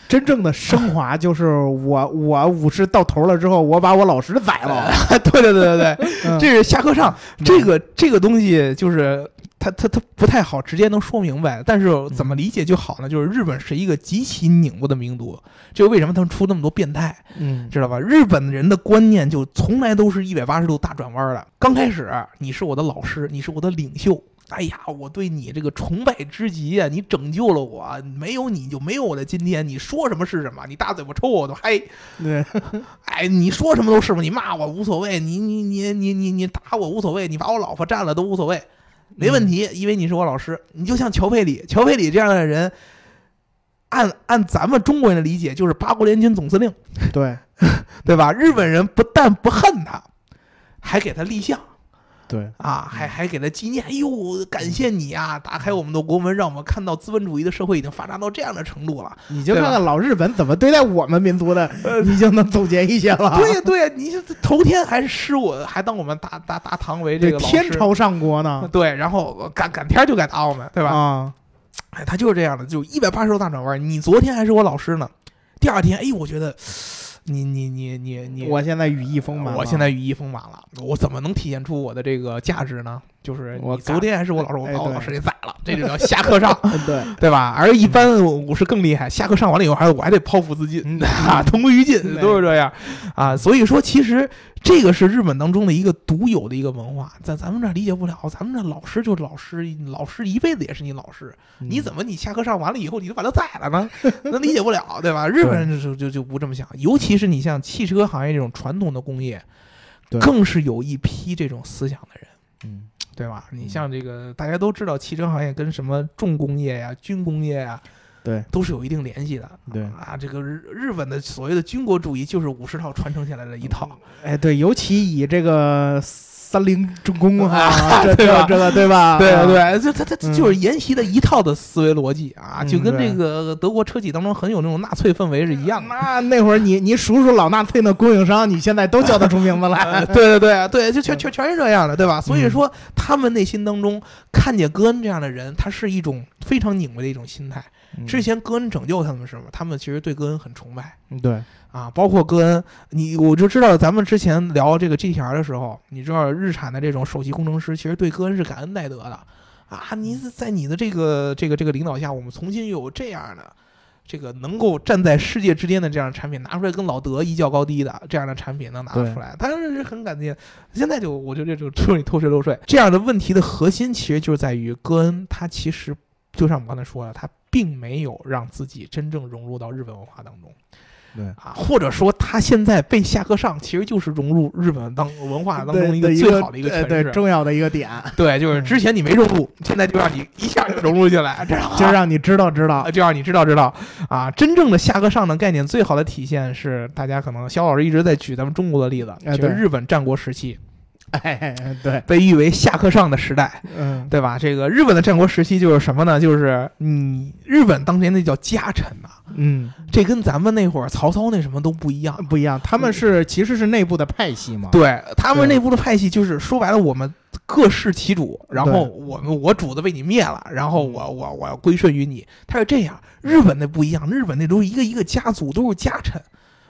S3: 真正的升华就是我我武士到头了之后，我把我老师宰了。
S2: 对对对对对，
S3: 嗯
S2: 这是下课上。
S3: 嗯
S2: 这个这个东西就是它它它不太好直接能说明白，但是怎
S3: 嗯
S2: 么理解就好呢？就是日本是一个极其拧巴的民族，这就为什么他们出那么多变态，
S3: 嗯
S2: 知道吧？日本人的观念就从来都是一百八十度大转弯的。刚开始你是我的老师，你是我的领袖。哎呀，我对你这个崇拜之极啊！你拯救了我，没有你就没有我的今天。你说什么是什么，你大嘴巴抽我我都嗨。
S3: 对，
S2: 哎，你说什么都是嘛，你骂我无所谓，你你你你你你打我无所谓，你把我老婆占了都无所谓，没问题，因为你是我老师。你就像乔佩里，乔佩里这样的人，按按咱们中国人的理解，就是八国联军总司令，
S3: 对
S2: 对吧？日本人不但不恨他，还给他立像。
S3: 对，
S2: 啊，还还给他纪念，哎呦，感谢你啊！打开我们的国门，让我们看到资本主义的社会已经发展到这样的程度了。
S3: 你就看看老日本怎么对待我们民族的，你就能总结一些了。
S2: 呃对呀对呀，你这啊 头天还师我，还当我们大大大唐为这个
S3: 对，
S2: 老师
S3: 天朝上国呢，
S2: 对，然后赶赶天儿就敢打我们，对吧？
S3: 啊，
S2: 哎，他就是这样的，就一百八十度大转弯儿。你昨天还是我老师呢，第二天，哎，我觉得你你你你你，
S3: 我现在羽翼丰满了，
S2: 我现在羽翼丰满了，我怎么能体现出我的这个价值呢？就是
S3: 我
S2: 你
S3: 干
S2: 昨天还是我老师，我
S3: 哎
S2: 把我
S3: 对，
S2: 老师给宰了，这就叫下课上
S3: 嗯对，
S2: 对吧？而一般武士更厉害，下课上完了以后，还我还得剖腹自尽。
S3: 嗯
S2: 啊，同归于尽
S3: 对
S2: 都是这样啊。所以说，其实这个是日本当中的一个独有的一个文化，在咱们这儿理解不了。咱们这老师就是老师，老师一辈子也是你老师，
S3: 嗯
S2: 你怎么你下课上完了以后你就把他宰了呢？ 那理解不了，对吧？日本人就就就不这么想，尤其是你像汽车行业这种传统的工业
S3: 对，
S2: 更是有一批这种思想的人。
S3: 嗯
S2: 对吧？你
S3: 嗯
S2: 像这个，大家都知道，汽车行业跟什么重工业呀、军工业呀，
S3: 对，
S2: 都是有一定联系的。
S3: 对
S2: 啊，这个日日本的所谓的军国主义就是武士套传承下来的一套。
S3: 哎对，尤其以这个三菱重工
S2: 啊
S3: 啊，这
S2: 对
S3: 这
S2: 吧
S3: 这个对吧？
S2: 对
S3: 啊，
S2: 对，就他他他
S3: 嗯
S2: 就是沿袭的一套的思维逻辑啊，
S3: 嗯
S2: 就跟这个德国车企当中很有那种纳粹氛围是一样的。
S3: 那那会儿你你数数老纳粹那供应商，你现在都叫得出名字来。
S2: 呃对对对对，就全全全是这样的，对
S3: 嗯
S2: 吧？所以说，他们内心当中看见戈恩这样的人，他是一种非常拧巴的一种心态。之前戈恩拯救他们的时候，他们其实对戈恩很崇拜。
S3: 嗯对，
S2: 啊，包括戈恩，你我就知道咱们之前聊这个 GTR 的时候，你知道日产的这种首席工程师其实对戈恩是感恩戴德的啊！你是在你的这个这个这个领导下，我们重新有这样的这个能够站在世界之巅的这样的产品拿出来，跟老德一较高低的这样的产品能拿
S3: 对
S2: 出来，当然是很感激。现在就我觉得这种说你偷税漏税这样的问题的核心，其实就是在于戈恩他其实就像我们刚才说的，他并没有让自己真正融入到日本文化当中。
S3: 对
S2: 啊，或者说他现在被下课上，其实就是融入日本当文化当中
S3: 对
S2: 一
S3: 对
S2: 最好的一个啊
S3: 呃
S2: 诠
S3: 对
S2: 释。
S3: 重要的一个点，
S2: 对，就是之前你没融入，现在就让你一下就融入进来，这样
S3: 就让你知道知道
S2: 啊，。就让你知道知道啊，真正的下课上的概念最好的体现是，大家可能肖老师一直在举咱们中国的例子，就
S3: 哎
S2: 是
S3: 对
S2: 日本战国时期
S3: 哎，对，
S2: 被誉为下课上的时代。
S3: 嗯，
S2: 对吧？这个日本的战国时期就是什么呢？就是你日本当年那叫家臣呐、
S3: 嗯，
S2: 这跟咱们那会儿曹操那什么都不一样。
S3: 不一样，他们是其实是内部的派系嘛。
S2: 嗯
S3: 嗯
S2: 对他们
S3: 啊对
S2: 内部的派系，就是说白了，我们各事其主，然后我们我主子被你灭了，然
S3: 嗯
S2: 后我我我要归顺于你，他是这样。日本那不一样，日本那都是一个一个家族，都是家臣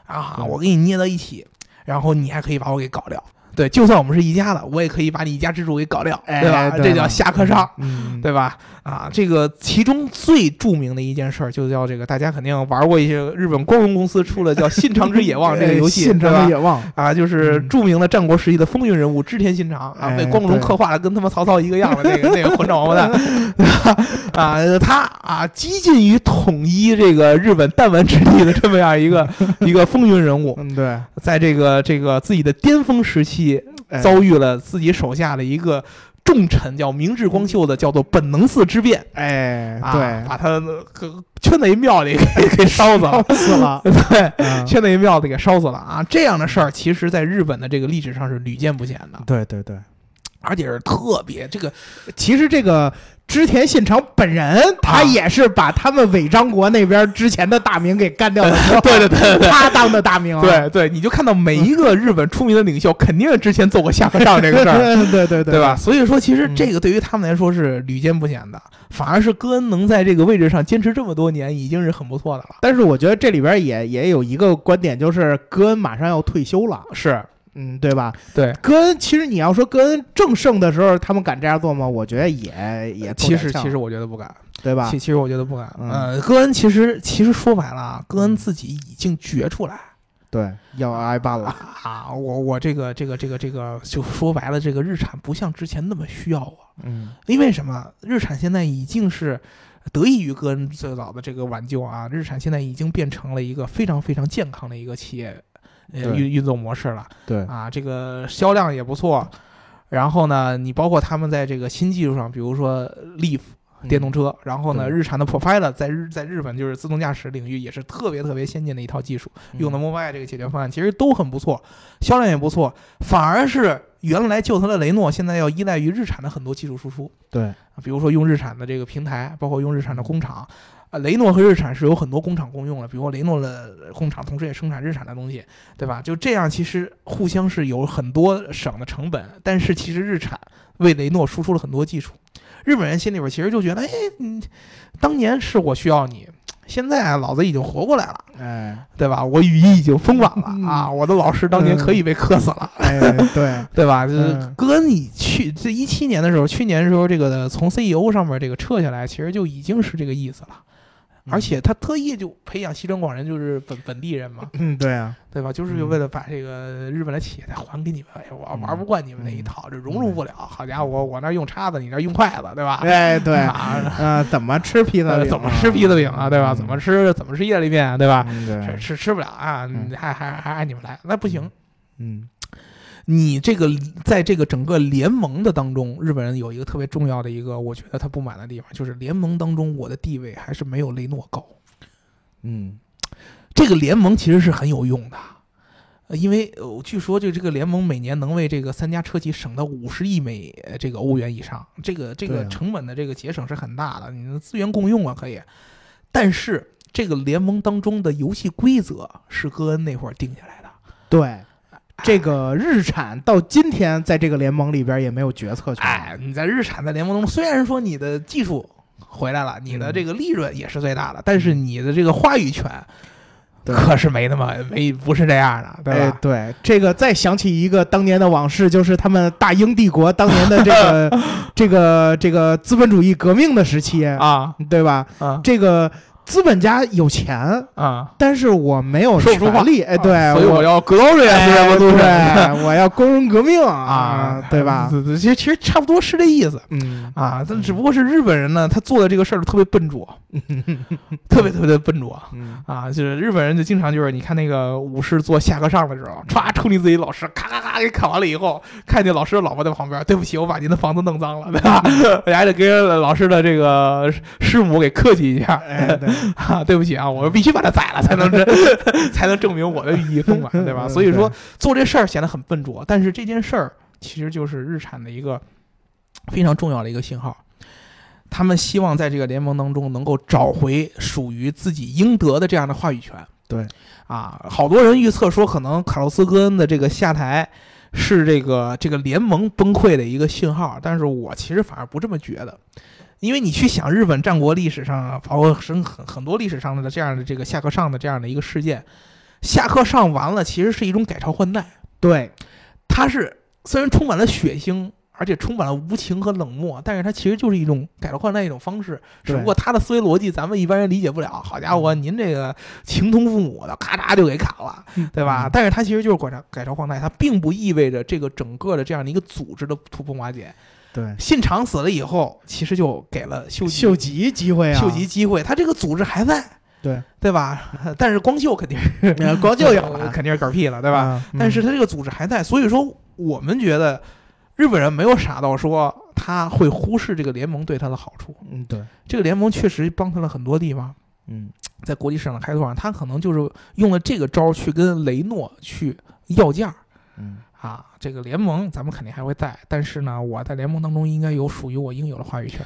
S2: 啊，
S3: 对
S2: 我给你捏到一起，然后你还可以把我给搞掉。对，就算我们是一家的，我也可以把你一家之主给搞掉，
S3: 哎
S2: 对吧？
S3: 对
S2: 这
S3: 了
S2: 叫下课上。
S3: 嗯，
S2: 对吧？啊，这个其中最著名的一件事儿，就叫这个大家肯定玩过一些日本光荣公司出了叫《信长之野 望》这个游戏，
S3: 哎信
S2: 对
S3: 长
S2: 吧？
S3: 野望，
S2: 啊，就是
S3: 嗯
S2: 著名的战国时期的风云人物织田信长啊，
S3: 哎
S2: 被光荣
S3: 对
S2: 刻画的跟他妈曹操一个样的那 个那个混账王八蛋，对吧啊，他啊激进于统一这个日本弹丸之地的这么样一个一个风云人物，
S3: 嗯，对，
S2: 在这个这个自己的巅峰时期
S3: 哎
S2: 遭遇了自己手下的一个重臣叫明智光秀的叫做本能寺之变，
S3: 哎，
S2: 啊
S3: 对，
S2: 把他呃圈在一庙里给给烧死 了，，
S3: 死了
S2: 对，
S3: 嗯
S2: 圈在一庙里给烧死了啊！这样的事儿，其实在日本的这个历史上是屡见不鲜的，
S3: 对对对。
S2: 而且是特别这个
S3: 其实这个织田信长本人，
S2: 啊
S3: 他也是把他们尾张国那边之前的大名给干 掉了，对对对对，他当的大名啊，
S2: 对对，你就看到每一个日本出名的领袖，肯定是之前做过下和尚这个事儿，
S3: 对对对
S2: 对吧？？所以说，其实
S3: 嗯
S2: 这个对于他们来说是屡见不鲜的，反而是戈恩能在这个位置上坚持这么多年，已经是很不错的了。
S3: 但是我觉得这里边也也有一个观点，就是戈恩马上要退休了，
S2: 是
S3: 嗯，对吧？
S2: 对，
S3: 戈恩其实你要说戈恩正盛的时候，他们敢这样做吗？我觉得也也够
S2: 其实
S3: 胆呛
S2: 其实我觉得不敢，
S3: 对吧
S2: 其？其实我觉得不敢。
S3: 嗯
S2: 呃，戈恩其实其实说白了啊，戈恩自己已经觉出来。
S3: 对，要挨办了，
S2: 啊，我我这个这个这个这个，就说白了，这个日产不像之前那么需要我，
S3: 嗯
S2: 因为什么？日产现在已经是得益于戈恩最早的这个挽救啊，日产现在已经变成了一个非常非常健康的一个企业呃
S3: 对
S2: 运运作模式了
S3: 对，
S2: 啊，这个销量也不错。然后呢，你包括他们在这个新技术上，比如说 Leaf
S3: 嗯
S2: 电动车，然后呢，
S3: 对
S2: 日产的 Profile 在日在日本就是自动驾驶领域也是特别特别先进的一套技术。
S3: 嗯
S2: 用的 Mobile 这个解决方案其实都很不错，销量也不错，反而是原来旧它的雷诺现在要依赖于日产的很多技术输出，
S3: 嗯对，
S2: 啊比如说用日产的这个平台，包括用日产的工厂。啊，雷诺和日产是有很多工厂共用的，比如说雷诺的工厂同时也生产日产的东西，对吧？就这样，其实互相是有很多省的成本，但是其实日产为雷诺输出了很多技术。日本人心里边其实就觉得，哎，嗯，当年是我需要你，现在老子已经活过来了。
S3: 哎
S2: 对吧？我语义已经丰满了、
S3: 嗯
S2: 啊！我的老师当年可以被克死了，
S3: 哎，对，
S2: 对吧？就是
S3: 嗯
S2: 戈恩，你去这一七年的时候，去年的时候，这个从 CEO 上面这个撤下来，其实就已经是这个意思了。
S3: 嗯
S2: 而且他特意就培养西城广人，就是本本地人 嘛，
S3: 嗯，对啊，
S2: 对吧？就是为了把这个日本的企业再还给你们。哎呀，
S3: 嗯
S2: 我玩不惯你们那一套，这融入不了。好家伙，我那儿用叉子，你那儿用筷子，对吧？
S3: 哎，嗯对，
S2: 啊，
S3: 啊，怎么吃披萨
S2: 呃
S3: 饼 啊？
S2: 怎么吃披萨饼啊？对吧？怎么吃？怎么吃意大利面啊？对吧？
S3: 嗯
S2: 吃
S3: 对，
S2: 吃吃不了啊，
S3: 嗯
S2: 还还还按你们来，那不行。
S3: 嗯
S2: 你这个在这个整个联盟的当中，日本人有一个特别重要的一个，我觉得他不满的地方，就是联盟当中我的地位还是没有雷诺高。
S3: 嗯，
S2: 这个联盟其实是很有用的，呃因为呃据说这这个联盟每年能为这个三家车企省到五十亿美呃这个欧元以上，这个这
S3: 对
S2: 个
S3: 啊
S2: 成本的这个节省是很大的，你的资源共用啊可以，但是这个联盟当中的游戏规则是戈恩那会儿定下来的。
S3: 对。这个日产到今天在这个联盟里边也没有决策权，
S2: 哎，你在日产的联盟中，虽然说你的技术回来了，
S3: 嗯
S2: 你的这个利润也是最大的，但是你的这个话语权
S3: 对
S2: 可是没那么没不是这样的，对
S3: 哎
S2: 吧？，
S3: 对，这个再想起一个当年的往事，就是他们大英帝国当年的这 个这个这个资本主义革命的时期，
S2: 啊
S3: 对吧？
S2: 啊
S3: 这个资本家有钱，
S2: 啊！
S3: 但是我没有
S2: 说不出话啊
S3: 权利，哎，对，
S2: 所以我要 glorious
S3: 哎
S2: revolution
S3: 对，我要工人革 命
S2: 啊，
S3: 对吧？
S2: 这？这其实其实差不多是这意思。
S3: 嗯
S2: 啊，但只不过是日本人呢，他做的这个事儿特别笨 拙，特别特别的笨拙
S3: 嗯，
S2: 啊！就是日本人就经常就是，你看那个武士做下课上的时候，歘冲你自己老师，咔咔咔给砍完了以后，看见老师的老婆在旁边，对不起，我把您的房子弄脏了，对吧？
S3: 嗯
S2: 我还得跟老师的这个师母给客气一下，
S3: 哎，对，
S2: 啊，对不起啊，我必须把它宰了，才能 这才能证明我的寓意丰满，对吧？
S3: 嗯
S2: 所以说
S3: 对
S2: 做这事儿显得很笨拙，但是这件事儿其实就是日产的一个非常重要的一个信号。他们希望在这个联盟当中能够找回属于自己应得的这样的话语权。
S3: 对，
S2: 啊，好多人预测说，可能卡洛斯·戈恩的这个下台是这个这个联盟崩溃的一个信号，但是我其实反而不这么觉得。因为你去想日本战国历史上啊，包括很很很多历史上的这样的这个下课上的这样的一个事件，下课上完了其实是一种改朝换代，
S3: 对，
S2: 它是虽然充满了血腥，而且充满了无情和冷漠，但是它其实就是一种改朝换代一种方式，只
S3: 对嗯
S2: 不过它的思维逻辑咱们一般人理解不了。好家伙，您这个情同父母的，咔嚓就给砍了，对吧？
S3: 嗯
S2: 但是它其实就是改朝改朝换代，它并不意味着这个整个的这样的一个组织的土崩瓦解。
S3: 对，
S2: 信长死了以后，其实就给了秀吉
S3: 秀吉机会啊，
S2: 秀吉机会，他这个组织还在，
S3: 对
S2: 对吧？ 但是光秀肯定是
S3: 呃 光就有了，
S2: 肯定是嗝屁了，对吧？
S3: 嗯？
S2: 但是他这个组织还在，所以说我们觉得日本人没有傻到说他会忽视这个联盟对他的好处。
S3: 嗯，对，
S2: 这个联盟确实帮他了很多地方，
S3: 嗯
S2: 在国际市场的开拓上，他可能就是用了这个招儿去跟雷诺去要价儿
S3: 嗯
S2: 啊。这个联盟咱们肯定还会在，但是呢，我在联盟当中应该有属于我应有的话语权。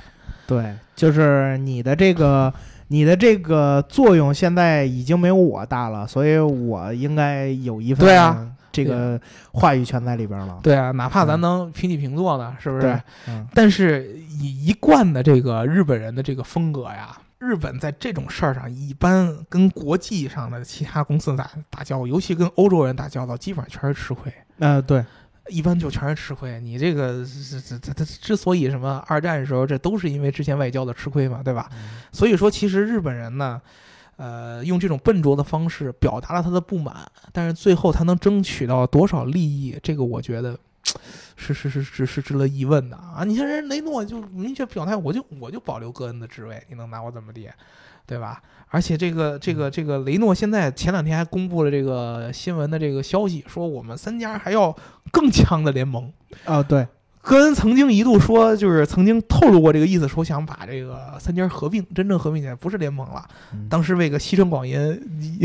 S3: 对，就是你的这个你的这个作用现在已经没有我大了，所以我应该有一份
S2: 对啊
S3: 这个话语权在里边了。
S2: 对啊，哪怕咱
S3: 嗯
S2: 能平起平坐呢，是不是？
S3: 对，嗯
S2: 但是以一贯的这个日本人的这个风格呀，日本在这种事儿上一般跟国际上的其他公司打打交道，尤其跟欧洲人打交道，基本上全是吃亏。
S3: 呃，对，
S2: 一般就全是吃亏，你这个这这这这之所以什么二战的时候，这都是因为之前外交的吃亏嘛，对吧？所以说，其实日本人呢，呃，用这种笨拙的方式表达了他的不满，但是最后他能争取到多少利益，这个我觉得是是是是是值得疑问的啊！你像人雷诺就明确表态，我就我就保留戈恩的职位，你能拿我怎么地，对吧？而且这个这个这个雷诺现在前两天还公布了这个新闻的这个消息，说我们三家还要更强的联盟。
S3: 哦，对，
S2: 戈恩曾经一度说，就是曾经透露过这个意思，说想把这个三家合并，真正合并起来不是联盟了。
S3: 嗯
S2: 当时为个西川广银 你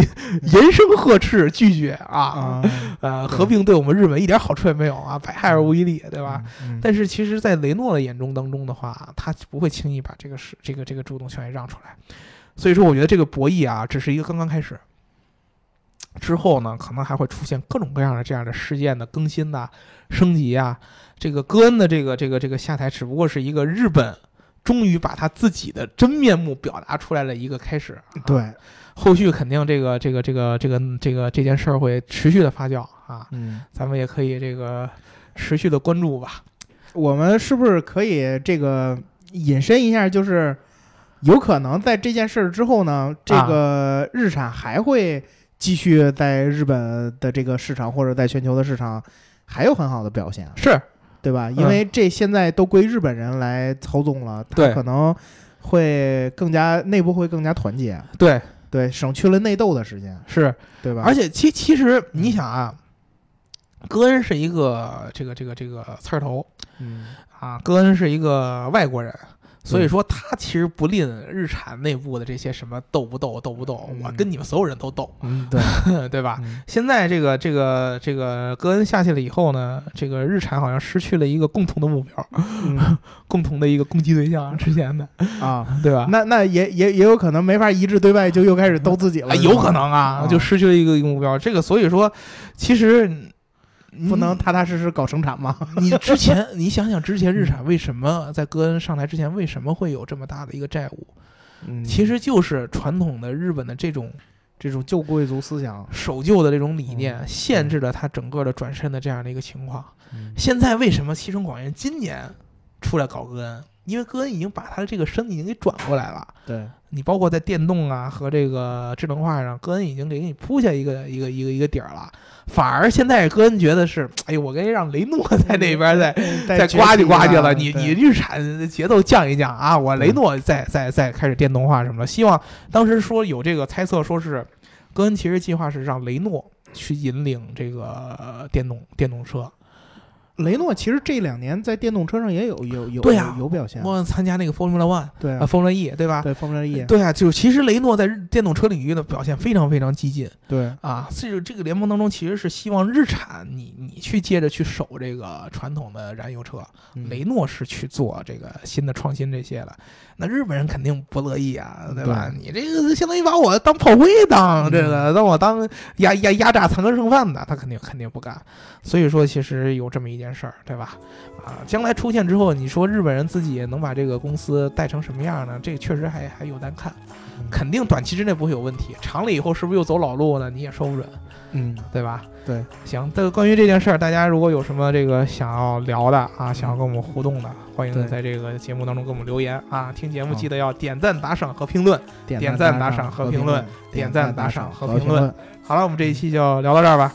S2: 严声呵斥，拒绝啊，
S3: 啊，
S2: 呃，
S3: 对
S2: 合并对我们日本一点好处也没有啊，百害而无一利，对吧？
S3: 嗯？
S2: 但是其实，在雷诺的眼中当中的话，他不会轻易把这个是这个这个主动权也让出来。所以说，我觉得这个博弈啊，只是一个刚刚开始。之后呢，可能还会出现各种各样的这样的事件的更新呐、升级啊。这个戈恩的这个这个这个下台，只不过是一个日本终于把他自己的真面目表达出来的一个开始、啊。
S3: 对，
S2: 后续肯定这个这个这个这个这个这件事儿会持续的发酵啊，
S3: 嗯，
S2: 咱们也可以这个持续的关注吧。
S3: 我们是不是可以这个引申一下，就是有可能在这件事儿之后呢，这
S2: 啊
S3: 个日产还会继续在日本的这个市场或者在全球的市场还有很好的表现，啊
S2: 是，
S3: 对吧？
S2: 嗯
S3: 因为这现在都归日本人来操纵了，它
S2: 对
S3: 可能会更加内部会更加团结，
S2: 对，
S3: 对，省去了内斗的时间，
S2: 是，
S3: 对吧？嗯
S2: 而且其其实你想啊，戈恩是一个这个这个这个刺儿头
S3: 嗯，
S2: 啊，戈恩是一个外国人，所以
S3: 对
S2: 说他其实不吝日产内部的这些什么斗不斗斗不斗，我
S3: 嗯
S2: 跟你们所有人都斗，
S3: 嗯，对，
S2: 对吧？
S3: 嗯
S2: 现在这个这个这个戈恩下去了以后呢，这个日产好像失去了一个共同的目标，
S3: 嗯
S2: 共同的一个攻击对象，之前的，
S3: 啊。
S2: 对吧？
S3: 那那也也也有可能没法一致对外，就又开始斗自己了，
S2: 哎，
S3: 是吧
S2: 有可能啊，
S3: 啊
S2: 就失去了一个目标。这个所以说，其实
S3: 不能
S2: 嗯
S3: 踏踏实实搞生产吗？
S2: 你之前，你想想之前日产为什么在戈恩上台之前，为什么会有这么大的一个债务？
S3: 嗯
S2: 其实就是传统的日本的这种
S3: 这种旧贵族思想，
S2: 守旧的这种理念，限制了他整个的转身的这样的一个情况。现在为什么西城广彦今年出来搞戈恩？因为戈恩已经把他的这个身已经给转过来了。
S3: 对，
S2: 你包括在电动啊和这个智能化上，戈恩已经给你铺下一个一个一个一个底儿了。反而现在戈恩觉得是，哎呦，我该让雷诺在那边再再
S3: 崛
S2: 呱唧
S3: 起
S2: 呱唧
S3: 啊
S2: 了，你
S3: 对
S2: 你日产节奏降一降啊！我雷诺再再再开始电动化什么的，希望当时说有这个猜测，说是戈恩其实计划是让雷诺去引领这个呃电动电动车。
S3: 雷诺其实这两年在电动车上也有有有
S2: 对啊
S3: 有有表现，
S2: 我参加那个 Formula One
S3: 对
S2: 啊
S3: 啊，
S2: ，Formula E 对吧？
S3: 对，方面意，
S2: 对啊，就其实雷诺在日电动车领域的表现非常非常激进
S3: 对，
S2: 啊，这个这个联盟当中其实是希望日产你你去接着去守这个传统的燃油车，
S3: 嗯
S2: 雷诺是去做这个新的创新这些了，那日本人肯定不乐意啊，对吧？你这个相当于把我当炮灰当这个，当我当压压压榨残羹剩饭的，他肯定肯定不干。所以说，其实有这么一件事儿，对吧？啊，将来出现之后，你说日本人自己能把这个公司带成什么样呢？这个确实还还有待看，
S3: 嗯
S2: 肯定短期之内不会有问题，长了以后是不是又走老路呢？你也说不准。
S3: 嗯，
S2: 对吧？
S3: 对，
S2: 行，这个关于这件事儿，大家如果有什么这个想要聊的啊，想要跟我们互动的，欢
S3: 对
S2: 迎在这个节目当中给我们留言啊。听节目
S3: 好
S2: 记得要点赞、打赏和评论。
S3: 点
S2: 点赞打赏和评论，
S3: 点
S2: 点
S3: 赞
S2: 赞打赏和
S3: 和
S2: 评论好了，我们这一期就聊到这儿吧。